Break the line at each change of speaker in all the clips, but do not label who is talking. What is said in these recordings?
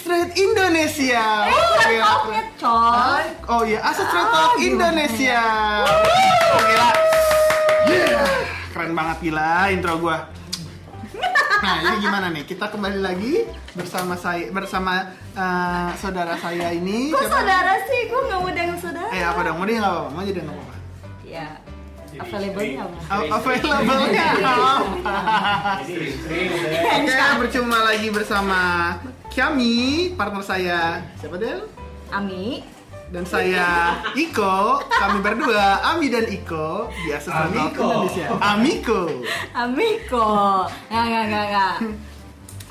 Trade Indonesia.
Eh,
Gila,
Outfit coy.
Oh iya, Aset Trade of Indonesia. Oh, Gila. Yeah. Keren banget gila intro gua. Nah, ini gimana nih? Kita kembali lagi bersama saya bersama eh, saudara saya ini.
Kok
Siapa?
saudara sih? Gue nggak mau dengan saudara.
Eh, apa dong? Mau dia nggak apa-apa? Mau jadi nggak apa-apa?
Ya. Available ya, nya apa?
Av- Available-nya apa?
ya.
Oke, berjumpa lagi bersama Kiami, partner saya. Siapa Del?
Ami.
dan saya Iko, kami berdua Ami dan Iko biasa sama
Amiko.
Indonesia. Amiko
Amiko. Nggak nggak nggak nggak.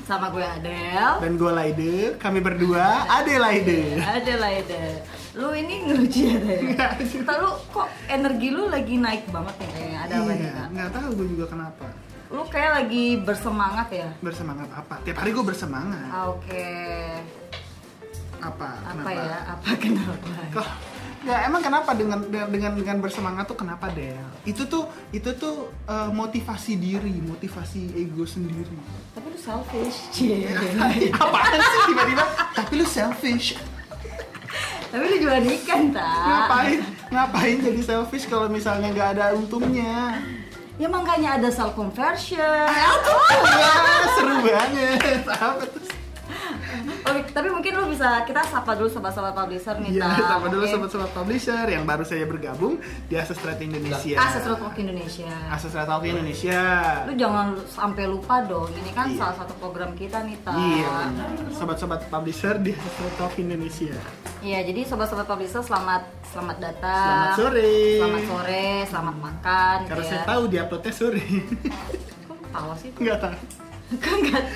Sama gue Adel.
dan gue Laide, kami berdua Ade Laide.
Ada lah ada. Lu ini ngelucu ya Del?
Iya,
Ntar lu kok energi lu lagi naik banget ya kayaknya ada apa nih
Iya,
Kak?
nggak tahu gue juga kenapa
Lu kayak lagi bersemangat ya.
bersemangat apa? Tiap hari gue bersemangat.
Ah, Oke.
Apa?
Apa
Kenapa?
ya? Apa kenapa?
Kok nggak emang kenapa dengan dengan dengan bersemangat tuh kenapa deh? Itu tuh itu tuh eh, motivasi diri, motivasi ego sendiri.
Tapi lu selfish. Cie.
Iya. Apaan sih tiba-tiba? Tapi lu selfish.
Tapi lu juga nikah, tak?
ngapain ngapain jadi selfish kalau misalnya nggak ada untungnya
Ya makanya ada self conversion.
Ah, Wah, seru banget apa tuh
Oke, tapi mungkin lu bisa kita sapa dulu sobat-sobat publisher nih.
Iya,
Ta.
sama dulu
Oke.
sobat-sobat publisher yang baru saya bergabung di Asus Trade Indonesia.
Ah, sesuatu waktu Indonesia.
Asus Trade Talk Indonesia.
Lu jangan sampai lupa dong. Ini kan
Iya.
salah satu program kita nih, Ta.
Iya, benar. sobat-sobat publisher di Asus Trade Talk Indonesia.
Iya, jadi sobat-sobat publisher selamat selamat datang.
Selamat sore.
Selamat sore, selamat makan.
Karena
gitu
saya
ya.
tahu di uploadnya sore.
Kok ketawa sih?
Nggak tahu.
Kan enggak.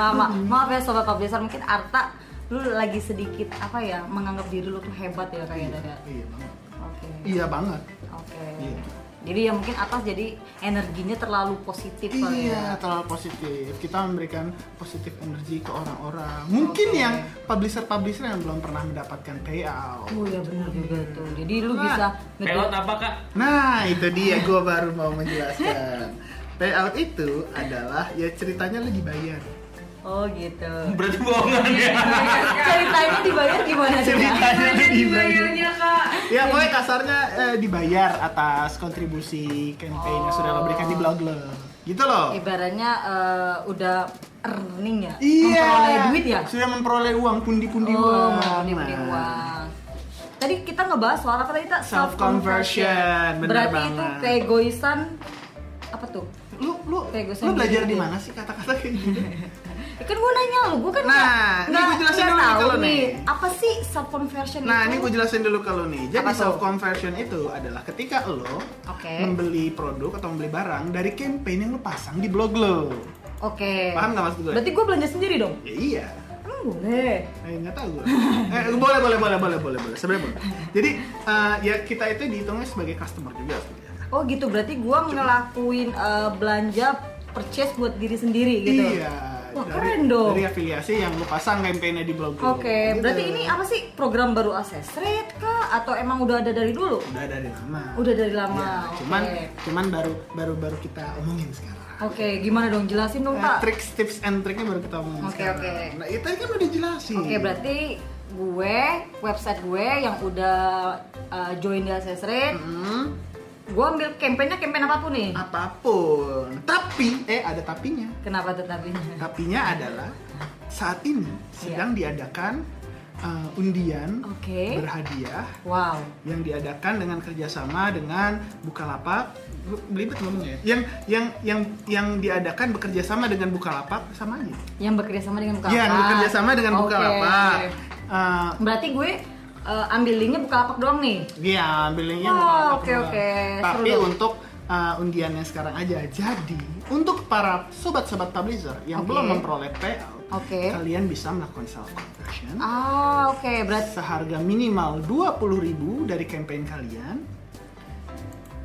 Mama, maaf ya sobat publisher, mungkin Arta lu lagi sedikit apa ya menganggap diri lu tuh hebat ya kayaknya. Kak?
Iya banget.
Oke.
Iya banget.
Oke.
Iya.
Jadi ya mungkin atas jadi energinya terlalu positif kali
Iya,
ya.
terlalu positif. Kita memberikan positif energi ke orang-orang. Mungkin yang publisher-publisher yang belum pernah mendapatkan payout.
Oh ya benar juga tuh. Jadi
iya,
lu
Nah,
bisa
Pelot apa kak?
Nah, itu dia. Gue baru mau menjelaskan. Payout itu adalah ya ceritanya lu dibayar.
Oh gitu.
Berarti bohongan ya.
Ceritanya dibayar gimana sih? Kak?
lu dibayar. Ya, pokoknya kasarnya eh, dibayar atas kontribusi campaign yang sudah lo berikan di blog lo. Gitu loh.
Iya. Ibaratnya eh, udah earning ya.
Iya.
Memperoleh duit ya.
Sudah memperoleh uang pundi-pundi
oh,
uang.
pundi-pundi
Nah.
uang. Tadi kita ngebahas soal apa tadi tak?
Self conversion, bener
Berarti itu
banget.
keegoisan apa tuh?
lu lu
Kayak gue
lu belajar
sendiri.
di mana sih kata-kata kayak gini?
Ya kan gue nanya lu, gue kan
Nah, ini
nggak-
gua jelasin
nggak
dulu nih
tahu
kalau nih.
Apa sih self conversion
nah,
itu?
ini gue jelasin dulu ke lu nih. Jadi
Apa tuh?
self conversion itu adalah ketika lo
Oke.
membeli produk atau membeli barang dari campaign yang lo pasang di blog lo.
Oke.
Paham nggak maksud gue?
Berarti gue belanja sendiri dong?
Ya iya.
Emang boleh.
Eh, nggak tahu gue. Eh, boleh boleh boleh boleh boleh boleh. Sebenarnya boleh. Jadi eh, ya kita itu dihitungnya sebagai customer juga. sebenarnya.
Oh gitu, berarti gue ngelakuin eh, belanja purchase buat diri sendiri gitu.
Iya.
Wah,
dari,
keren dong.
Dari afiliasi yang lo pasang campaignnya di blog lo.
Oke,
Gitu.
berarti ini apa sih program baru access rate kah atau emang udah ada dari dulu?
udah dari lama.
Udah dari lama.
Ya,
oke.
cuman cuman baru baru baru kita omongin sekarang.
Oke, gimana dong jelasin dong,
Nah,
Pak? Oke,
Tricks, tips and triknya baru kita omongin
Oke,
sekarang.
oke.
Nah, itu kan udah jelasin.
berarti gue website gue yang udah eh, join di access rate
Hmm,
gue ambil campaign-nya campaign apapun nih
apapun. Tapi eh ada tapinya.
kenapa tetapi
Tapinya adalah saat ini sedang diadakan uh, undian
Iya. Oke.
berhadiah
wow
yang diadakan dengan kerjasama dengan Bukalapak Lu belibet ngomongnya ya? yang yang yang yang diadakan bekerja sama dengan Bukalapak sama aja
yang bekerja sama dengan Bukalapak
Iya, bekerja sama dengan
Oke.
Bukalapak. Eh,
berarti gue eh, ambil linknya Bukalapak doang nih
Iya, ambil linknya
Oh,
Bukalapak
oke,
doang.
oke. Seru
Tapi
dong.
untuk eh, undian yang sekarang aja. Jadi, untuk para sobat-sobat publisher yang
Oke.
belum memperoleh payout,
Oke.
kalian bisa melakukan self conversion
ah oke berarti
seharga minimal 20.000 dari campaign kalian.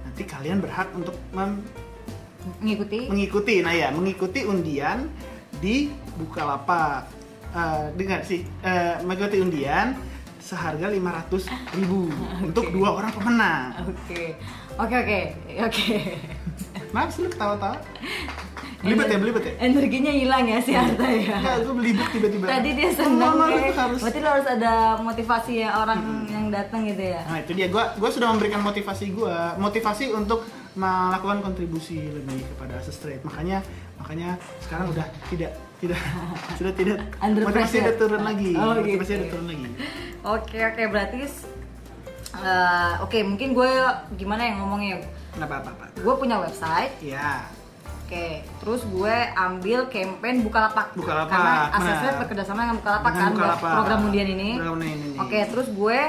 Nanti kalian berhak untuk mem-
ngikuti
mengikuti nah ya mengikuti undian di bukalapak Eh, dengar sih eh, mengikuti undian seharga 500.000 untuk dua orang pemenang
oke oke oke oke
maaf sih lu ketawa-tawa Belibet ya, belibet ya?
Energinya hilang ya si Arta ya.
Enggak, gue belibet tiba-tiba.
Tadi dia senang.
Lama-lama
ya.
tuh harus. Hmm.
Berarti lo harus ada motivasi ya orang yang datang gitu ya.
Nah itu dia, gue gua sudah memberikan motivasi gue, motivasi untuk melakukan kontribusi lebih kepada Asus Trade. Makanya, makanya sekarang udah tidak, tidak, sudah tidak,
Under
motivasi
pressure.
udah turun lagi,
Oh, gitu.
motivasi udah turun lagi.
Oke oke berarti eh, oke mungkin gue gimana yang ngomongnya?
Kenapa apa apa?
Gue punya website,
Ya,
oke. Terus gue ambil campaign Bukalapak.
Bukalapak,
Karena
benar.
asesnya bekerjasama dengan Bukalapak
Dengan
kan buat
Bukalapak.
program undian ini.
Program undian ini.
Oke terus gue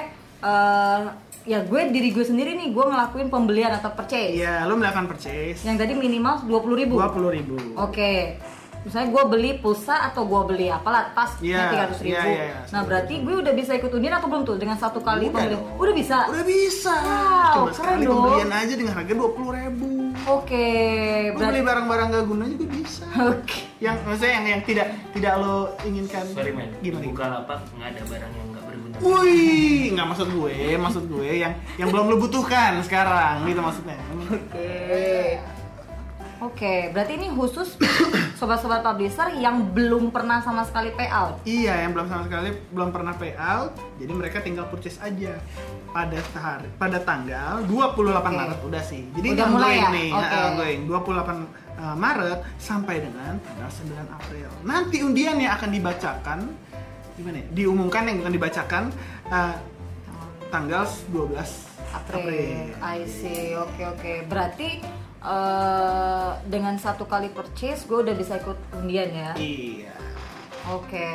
eh, ya gue diri gue sendiri nih gue ngelakuin pembelian atau purchase.
ya lu melakukan purchase
Yang Oh, tadi minimal dua puluh ribu.
dua puluh ribu.
Oke, misalnya gue beli pulsa atau gue beli apalah tas
Iya,
tiga ratus ribu.
iya, iya, iya.
Nah berarti gue udah bisa ikut undian atau belum tuh dengan satu kali
Udah
pembelian?
dong.
Udah bisa.
Udah bisa.
Wow,
Cuma
keren
sekali
dong.
pembelian aja dengan harga dua puluh ribu.
Oke,
Lu
berarti.
beli barang-barang gak guna juga bisa.
Oke.
Yang maksudnya yang yang tidak tidak lo inginkan.
Sorry men,
Gimana?
buka lapak nggak ada barang yang nggak berguna.
Uh.
Wih, nggak maksud gue, maksud gue yang yang belum lo butuhkan sekarang, gitu maksudnya.
Oke. Oke, berarti ini khusus sobat-sobat publisher yang belum pernah sama sekali payout.
Iya, yang belum sama sekali belum pernah payout, jadi mereka tinggal purchase aja pada hari, pada tanggal 28
Oke.
Maret udah sih. Jadi
Udah mulai
ongoing
ya?
nih,
Oke.
nah, ongoing. 28 uh, Maret sampai dengan tanggal 9 April. Nanti undian yang akan dibacakan gimana ya? Diumumkan yang akan dibacakan uh, tanggal 12 April.
April. I see. Oke oke. Berarti eh, dengan satu kali purchase gue udah bisa ikut undian ya.
Iya.
Oke,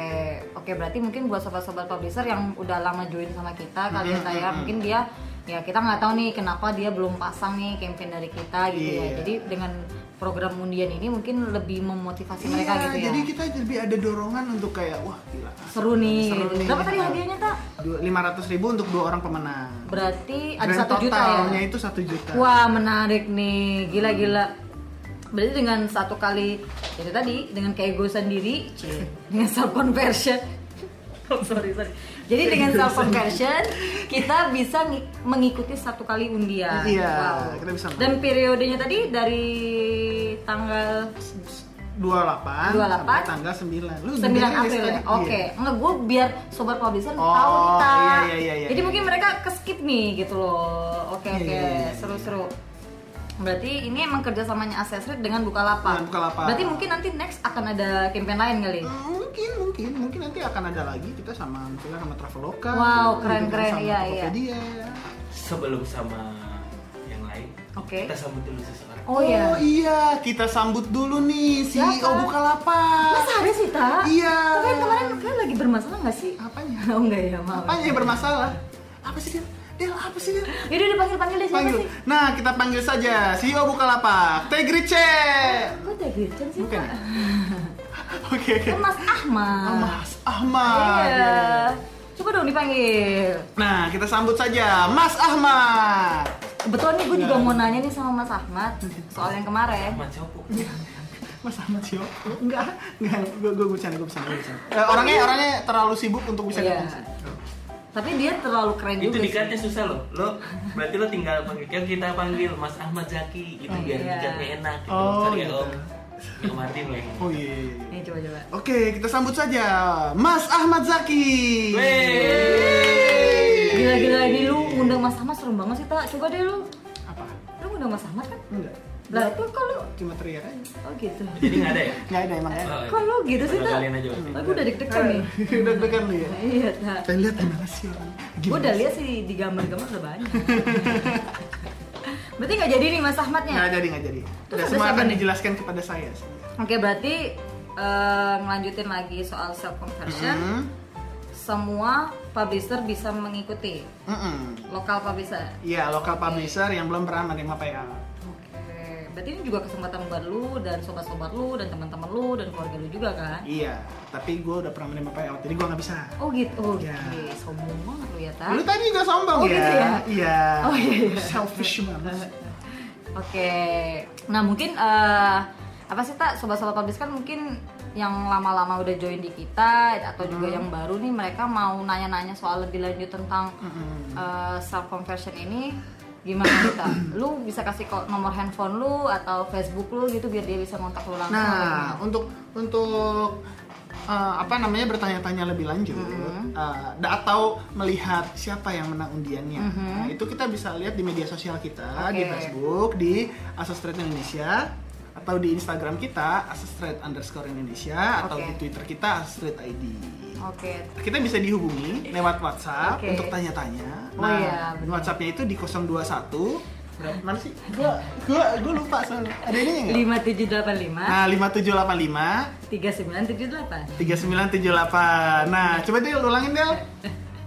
oke berarti mungkin buat sobat-sobat publisher yang udah lama join sama kita kali ya
Mhm,
saya,
mhm.
mungkin dia ya kita nggak tahu nih kenapa dia belum pasang nih campaign dari kita gitu ya.
Iya.
Jadi dengan program undian ini mungkin lebih memotivasi mereka
Iya,
gitu ya.
jadi kita lebih ada dorongan untuk kayak wah gila.
seru nih. gitu.
Seru nih. gitu.
Berapa tadi hadiahnya tak?
lima ratus ribu untuk dua orang pemenang.
Berarti ada
Grand
satu juta
totalnya
ya.
itu satu juta.
Wah menarik nih, gila-gila. Berarti dengan satu kali, jadi tadi dengan kayak gue sendiri, cie, dengan self conversion. Oh, sorry sorry. Jadi dengan self conversion kita bisa ngi- mengikuti satu kali undian.
Iya, kita bisa
Dan periodenya tadi dari tanggal
28,
28,
sampai tanggal 9. Lu
9
benerin nggak sih
April ya?
tadi?
Oke,
Iya.
enggak gue biar sobat publisher
Oh,
tahu nih, Ta.
iya, iya, iya, iya.
Jadi mungkin mereka keskip nih gitu loh. Oke
Iya,
oke,
iya, iya, iya.
seru-seru. Berarti ini emang kerjasamanya Accessory dengan Bukalapak.
Dengan Bukalapak.
Berarti mungkin nanti next akan ada campaign lain kali.
Hmm, Mungkin, mungkin, mungkin nanti akan ada lagi kita sama misalnya sama Traveloka.
Wow,
gitu,
keren,
kita
keren.
sama
Iya, iya.
Tokopedia.
Sebelum sama yang lain,
Oke.
kita sambut dulu seseorang.
Oh, iya.
kita sambut dulu nih CEO
Siapa?
Bukalapak.
Masa ada sih, Ta?
Iya.
Tapi yang kemarin kalian lagi bermasalah nggak sih?
Apanya?
Oh enggak ya, maaf.
Apanya yang bermasalah? Apa sih dia? Del, apa sih dia?
Yaudah dipanggil-panggil deh siapa
Panggil.
sih?
Nah, kita panggil saja CEO Bukalapak, Tegrice.
Kok ada Gretchen sih,
Bukan.
Pak?
Oke, oke.
Kan Mas Ahmad.
Ah, Mas Ahmad.
Iya. Coba dong dipanggil.
Nah, kita sambut saja Mas Ahmad.
Kebetulan nih gue juga mau nanya nih sama Mas Ahmad soal yang kemarin.
Sama Copo.
Iya.
Mas Ahmad sih, enggak, enggak, gue gue bercanda, gue bercanda, gue bercanda. Eh, orangnya orangnya terlalu sibuk untuk bisa
Iya.
datang sini.
Tapi dia terlalu keren
Itu
juga.
dikatnya susah loh. Lo berarti lo tinggal panggil kan kita panggil Mas Ahmad Zaki gitu
Oh,
biar
iya.
dikatnya enak gitu.
Oh,
Sorry ya
gitu.
Om. Ya Martin lo yang.
Oh iya. iya, iya.
Nih coba coba.
Oke, kita sambut saja Mas Ahmad Zaki.
Wey.
Gila gila ini lu undang Mas Ahmad serem banget sih tak. Coba deh lu.
Apa?
Lu undang Mas Ahmad kan?
Enggak.
Lah itu kok lu
Cuma teriak aja.
Oh gitu.
Jadi nggak ada ya?
Enggak ada emang ya.
Oh,
Kok lu gitu sih
Sama
tak?
kalian aja waktu itu.
Aku udah deg-degan nih.
Deg-degan lu ya.
Iya tak.
Kita lihat gimana sih orang.
Gue udah lihat sih di gambar-gambar udah banyak. Berarti nggak jadi nih Mas Ahmadnya?
Enggak jadi, enggak jadi.
Terus
Udah
ada
semua
siapa
akan
nih?
dijelaskan kepada saya.
Oke, berarti eh, ngelanjutin lagi soal self conversion.
Hmm.
Semua publisher bisa mengikuti
Mm-mm.
lokal publisher.
Iya, lokal publisher yang belum pernah menerima payout.
Oke, berarti ini juga kesempatan buat lu dan sobat-sobat lu dan teman-teman lu dan keluarga lu juga kan?
Iya, tapi gue udah pernah menerima payout, jadi gue nggak bisa.
Oh gitu. Oke,
Ya.
sombong banget lu ya, Ta.
Lu tadi juga sombong
Oh,
ya?
gitu ya?
Iya.
Oh, iya, iya.
Selfish banget.
Oke. Nah, mungkin eh, apa sih, Tak? Sobat-sobat publisher kan mungkin yang lama-lama udah join di kita atau
Hmm.
juga yang baru nih
Hmm.
mereka mau nanya-nanya soal lebih lanjut tentang
Mm-mm.
eh, self conversion ini gimana kita lu bisa kasih ko- nomor handphone lu atau Facebook lu gitu biar dia bisa kontak lu langsung
Nah, untuk untuk eh, apa namanya bertanya-tanya lebih lanjut
Mm-hmm.
eh, da- atau melihat siapa yang menang undiannya, nah, itu kita bisa lihat di media sosial kita di
Mm-hmm. Oke.
Facebook di Asos Trade Indonesia atau di Instagram kita Asos Trade underscore Indonesia atau
Oke.
di Twitter kita Asos Trade ID.
oke
Kita bisa dihubungi lewat WhatsApp
Oke.
untuk tanya-tanya.
Oh
Nah,
iya, benar.
WhatsAppnya itu di 021 berapa mana sih? Gua gua gua lupa soalnya. Ada ini enggak?
lima tujuh delapan lima
Iya. Nah, 5785
tiga sembilan tujuh delapan
3978. Nah, coba deh ulangin Del.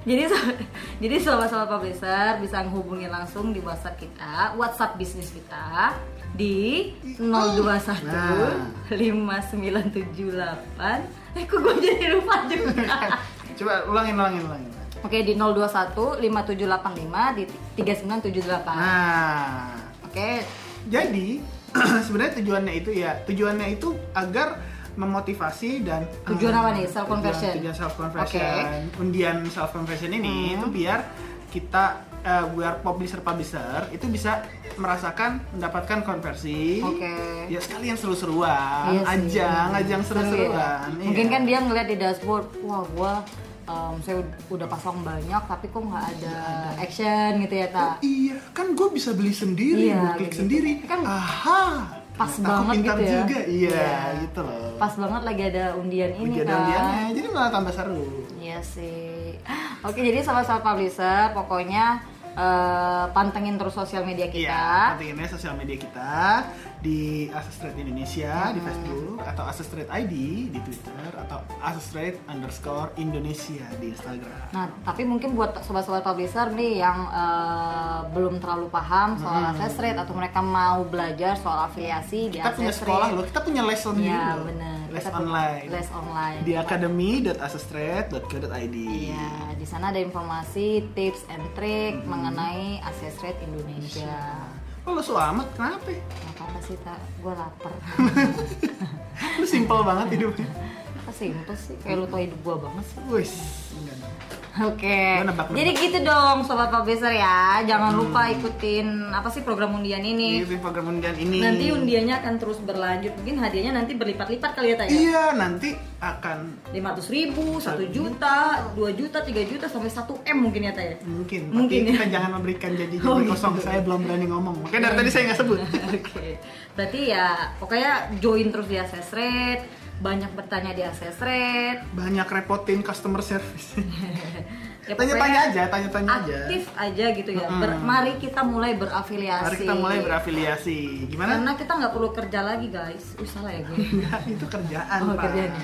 jadi so- jadi sobat-sobat publisher bisa menghubungi langsung di WhatsApp kita, WhatsApp bisnis kita di 021 5978. Eh kok gue jadi lupa juga.
Coba ulangin ulangin ulangin.
Oke di 021 5785 di 3978.
Nah,
Oke.
jadi sebenarnya tujuannya itu ya, tujuannya itu agar memotivasi dan eh,
Tujuan apa nih? Self conversion?
Tujuan, tujuan self conversion. Undian self conversion ini
Hmm.
itu biar kita eh, biar publisher publisher itu bisa merasakan mendapatkan konversi.
Oke.
Ya sekalian seru-seruan,
Iya sih.
ajang, ajang seru-seruan.
Seru ya.
Iya.
Mungkin kan dia ngeliat di dashboard, wah gua em, saya udah pasang banyak tapi kok nggak ada action gitu ya
Oh,
tak?
iya, kan gue bisa beli sendiri,
Iya,
gua klik
gitu.
sendiri.
Kan
Aha,
pas
ternyata
banget
aku pintar
gitu ya.
juga, iya,
Iya.
gitu loh.
pas banget lagi ada undian ini
Ujian
kan
undiannya, jadi malah tambah seru.
iya sih oke jadi sobat-sobat publisher pokoknya eh, pantengin terus sosial media
Iya,
kita
pentinginnya sosial media kita di Asus Trade Indonesia
Iya.
di Facebook atau Asus Trade ID di Twitter atau Asus Trade underscore Indonesia di Instagram.
nah tapi mungkin buat sobat-sobat publisher nih yang eh, belum terlalu paham soal access rate atau mereka mau belajar soal afiliasi di
Kita punya
access
sekolah
rate.
loh, kita punya les sendiri
Iya
loh.
benar.
Les
Kita punya
online.
Les online.
Di academy.asusrate.co.id.
Iya, di sana ada informasi, tips and trick mengenai access rate Indonesia.
Oh, lo selamat, kenapa? ya?
Gak apa-apa sih, tak. Gue lapar.
Lu simple banget hidupnya.
Apa simple sih? Kayak lu tau hidup gue banget sih.
Wis, enggak dong.
Oke.
Gua nebak-nebak.
Jadi gitu dong, sobat publisher ya. Jangan lupa ikutin apa sih program undian ini.
Ini program undian ini.
Nanti undiannya akan terus berlanjut. Mungkin hadiahnya nanti berlipat-lipat kali ya, Taya.
Iya, nanti akan
lima ratus ribu, satu juta, 2 juta, 3 juta sampai 1 m mungkin ya Taya.
mungkin.
Mungkin
Tapi
ya.
kita jangan memberikan janji
Oh,
janji
gitu.
kosong. Saya belum berani ngomong. Makanya dari tadi saya nggak sebut.
Oke. Berarti ya pokoknya join terus di access rate, banyak bertanya di access rate.
Banyak repotin customer service.
Ya,
Tanya-tanya
pokoknya-
aja, tanya-tanya aja.
aktif aja gitu ya. Ber-
Mm-mm.
mari kita mulai berafiliasi.
Mari kita mulai berafiliasi. Gimana?
Karena kita nggak perlu kerja lagi guys. Wih salah ya gue.
Enggak, itu kerjaan,
Oh,
Pak.
kerjaan ya.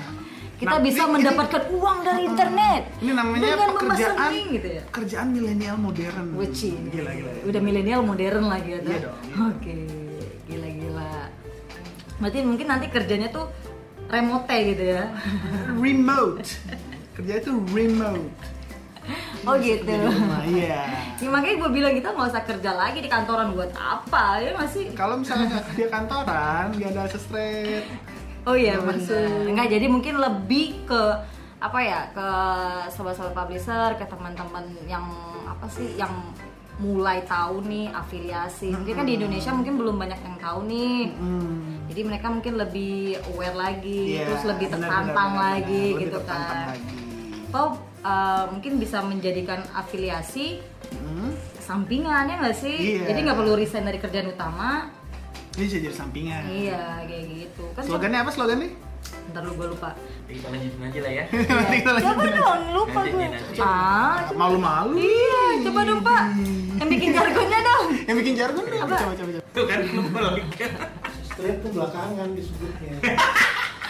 Kita
Nah,
bisa
ini-
mendapatkan uang dari internet.
Ini namanya
dengan
pekerjaan
mempesan link gitu ya.
kerjaan milenial modern.
Which is-
Gila, gila. ya.
Udah milenial modern lagi ya.
Iya
Tan?
dong, iya.
Oke, gila-gila. Berarti mungkin nanti kerjanya tuh remote gitu ya.
Remote. Kerja itu remote.
Oh gitu.
Di rumah, iya.
Ya, makanya gue bilang kita nggak usah kerja lagi di kantoran buat apa ya masih
Kalau misalnya dia kantoran, dia ada sesret.
Oh iya
Nggak
benar.
masuk.
Enggak jadi mungkin lebih ke apa ya ke sobat-sobat publisher, ke teman-teman yang apa sih yang mulai tahu nih afiliasi. Mungkin kan di Indonesia mungkin belum banyak yang tahu nih.
Hmm.
Jadi mereka mungkin lebih aware lagi,
Iya,
terus lebih
benar,
tertantang
benar, benar,
lagi
benar.
gitu
Lebih tertantang
kan.
lagi.
Atau eh, mungkin bisa menjadikan afiliasi
Hmm.
sampingan ya nggak sih?
Iya.
Jadi nggak perlu resign dari kerjaan utama.
Ini bisa jadi sampingan.
Iya kayak gitu. Kan
Eh. Slogannya apa slogannya?
ntar lu gue lupa.
Jadi kita lanjutin aja lah ya.
Tinggal lanjut.
Iya. Coba dong, lupa
Nanti,
gue.
nanti.
Ah, coba.
Malu-malu.
Iya, coba dong Pak. Yang bikin jargonnya dong.
Yang bikin jargon deh.
Apa?
Coba coba Eh, coba.
Tuh kan lupa lagi.
Strip tuh belakangan disebutnya.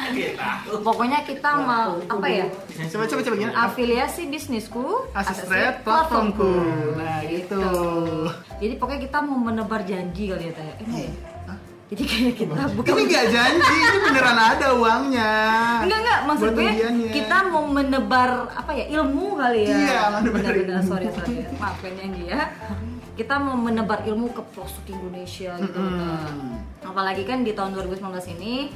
Kita.
Pokoknya kita mau apa ya?
Coba coba coba gimana?
Afiliasi bisnisku,
Akses
akses
rate platformku. Nah, gitu.
Jadi pokoknya kita mau menebar janji kali ya Taya. Eh, enggak ya? Jadi kayak kita bukan
Ini nggak Hmm. janji, ini beneran ada uangnya.
Enggak enggak, maksud
Buat
gue
undiannya.
kita mau menebar apa ya ilmu kali ya.
Iya, menebar
Benar-benar,
ilmu.
sorry sorry. Maafin yang dia. Kita mau menebar ilmu ke pelosok Indonesia gitu. kan. Apalagi kan di tahun 2019 ini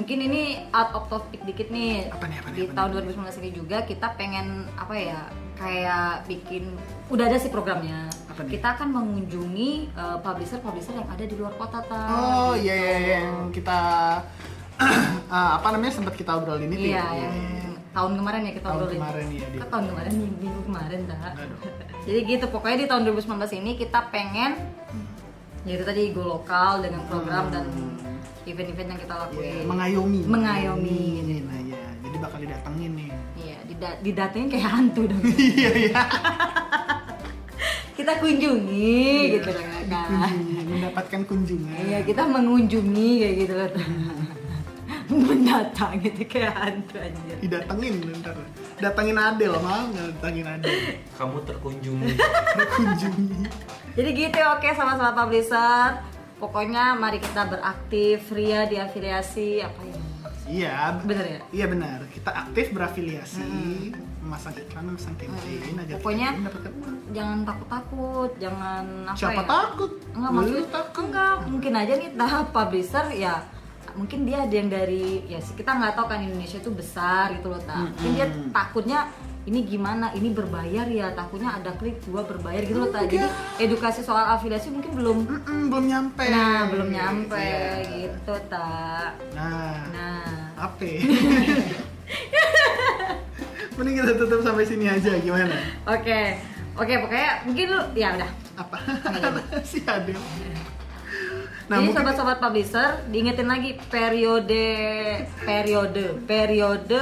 mungkin ini out of topic dikit nih.
Apa nih, apa nih,
di
apa nih?
tahun 2019 ini juga kita pengen apa ya kayak bikin udah ada sih programnya.
Apa Apa nih?
kita akan mengunjungi eh, publisher-publisher yang ada di luar kota Tan.
Oh iya iya
Gitu.
yang kita ah, apa namanya sempat kita obrolin itu
Iya,
ya. Iya,
yang
iya, iya.
tahun kemarin ya kita
Tahun
obrolin.
kemarin, iya, dia.
Kok tahun kemarin minggu kemarin dah.
Enggak dong.
Jadi gitu, pokoknya di tahun 2019 ini kita pengen
Hmm.
ya itu tadi go lokal dengan program dan event-event yang kita
Hmm. Iya,
lakuin.
mengayomi.
Mengayomi.
Nah, iya. Jadi bakal didatengin nih.
Iya, dida- didatengin kayak hantu dong.
Iya iya. kita
kita kunjungi
Iya,
gitu loh kan.
mendapatkan kunjungan.
Iya, kita mengunjungi kayak gitu loh. Mendatang gitu kayak hantu anjir.
didatengin ntar. Datengin Adel mau nggak datengin Adel?
Kamu terkunjungi.
Kunjungi.
Jadi gitu oke sama-sama publisher. Pokoknya mari kita beraktif Ria di afiliasi apa ya?
Iya.
Bener ya?
Iya benar. Kita aktif berafiliasi, memasang iklan, memasang campaign
Hmm.
agar kita
Pokoknya-
mendapatkan uang.
Jangan takut-takut, jangan apa
Siapa
ya?
takut?
Enggak
Lu
maksudnya
takut.
enggak, mungkin aja nih tahap publisher ya mungkin dia ada yang dari ya sih, kita nggak tahu kan Indonesia itu besar gitu loh tak mungkin dia takutnya ini gimana ini berbayar ya takutnya ada klik gua berbayar gitu loh tak jadi edukasi soal afiliasi mungkin belum
Mm-mm, belum nyampe.
nah belum nyampe
Iya.
gitu tak
Nah,
nah
apa? ya? Mending kita tutup sampai sini aja gimana?
Oke, oke pokoknya mungkin lu ya udah.
Apa?
Iya.
si Adel. Nah,
Jadi
mungkin
sobat-sobat publisher diingetin lagi periode periode periode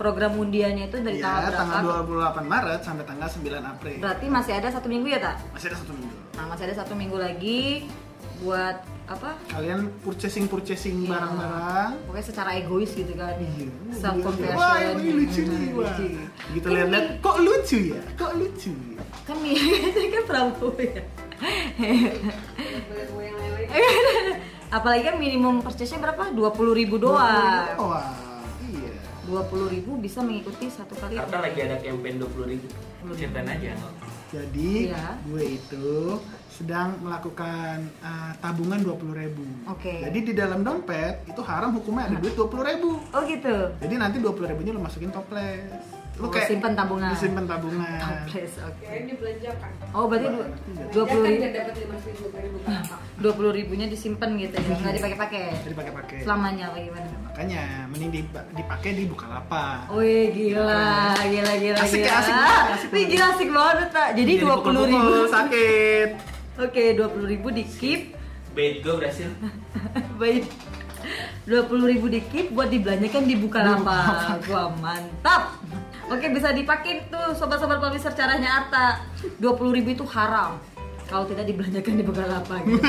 program undiannya itu dari
ya,
tanggal
tanggal
berapa?
28 Maret sampai tanggal 9 April.
Berarti masih ada satu minggu ya tak?
Masih ada satu minggu.
Nah masih ada satu minggu lagi buat apa?
Kalian purchasing-purchasing
Iya.
barang-barang.
Pokoknya secara egois gitu kan.
Iya.
Self compassion.
Wah, ini lucu
Iya,
nih, wah. Gitu lihat-lihat, kok lucu ya? Kok lucu? ya?
Kan nih kan Prabowo ya. Apalagi kan minimum purchase-nya berapa? 20.000 ribu doang.
Wah, iya.
20.000 bisa mengikuti satu kali
Karena lagi ada campaign 20 ribu.
Hmm.
Ceritain aja.
Jadi
Iya.
gue itu sedang melakukan eh, tabungan 20.000 ribu.
Oke.
Jadi di dalam dompet itu haram hukumnya ada duit 20.000 ribu.
oh gitu
Jadi nanti 20.000 ribunya lo masukin toples. Lo
Oh, simpen
Lo
tabungan.
Simpen tabungan.
toples oke
Kirain dibelanjakan.
oh berarti dua
Belanjakan
puluh
dan kan dapat lima ribu dari bukan apa.
dua ribunya disimpan gitu ya nggak dipakai-pakai
Jadi pakai-pakai.
selamanya apa gimana
Makanya mending dip- dipakai di Bukalapak.
Wih gila, gila, gila,
Asik
gila.
ya, asik banget, asik
Wih gila asik banget, Pak. Jadi dua puluh ribu.
dipukul-pukul, sakit.
Oke, dua puluh ribu di keep,
Bait gue berhasil.
baik. Dua puluh ribu di keep buat dibelanjakan di Bukalapak. Wah mantap. Oke bisa dipakai tuh sobat-sobat publisher caranya Ata. Dua puluh ribu itu haram. Kalau tidak dibelanjakan di Bukalapak. gitu.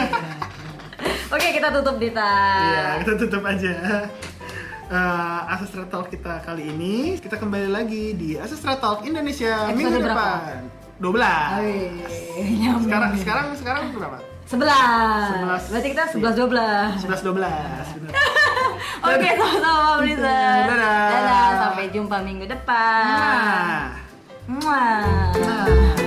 Oke kita tutup Dita.
Iya, kita tutup aja. Eh, Asestra Talk kita kali ini kita kembali lagi di Asestra Talk Indonesia
Episode
minggu
berapa?
depan. 12. Sekarang sekarang sekarang berapa? Sebelas.
sebelas. Berarti kita sebelas dua belas.
11 12. benar.
Oke, sama-sama Blizzard.
Dadah.
Ah. Dadah, sampai jumpa minggu depan.
Nah.
Mwah.
Nah.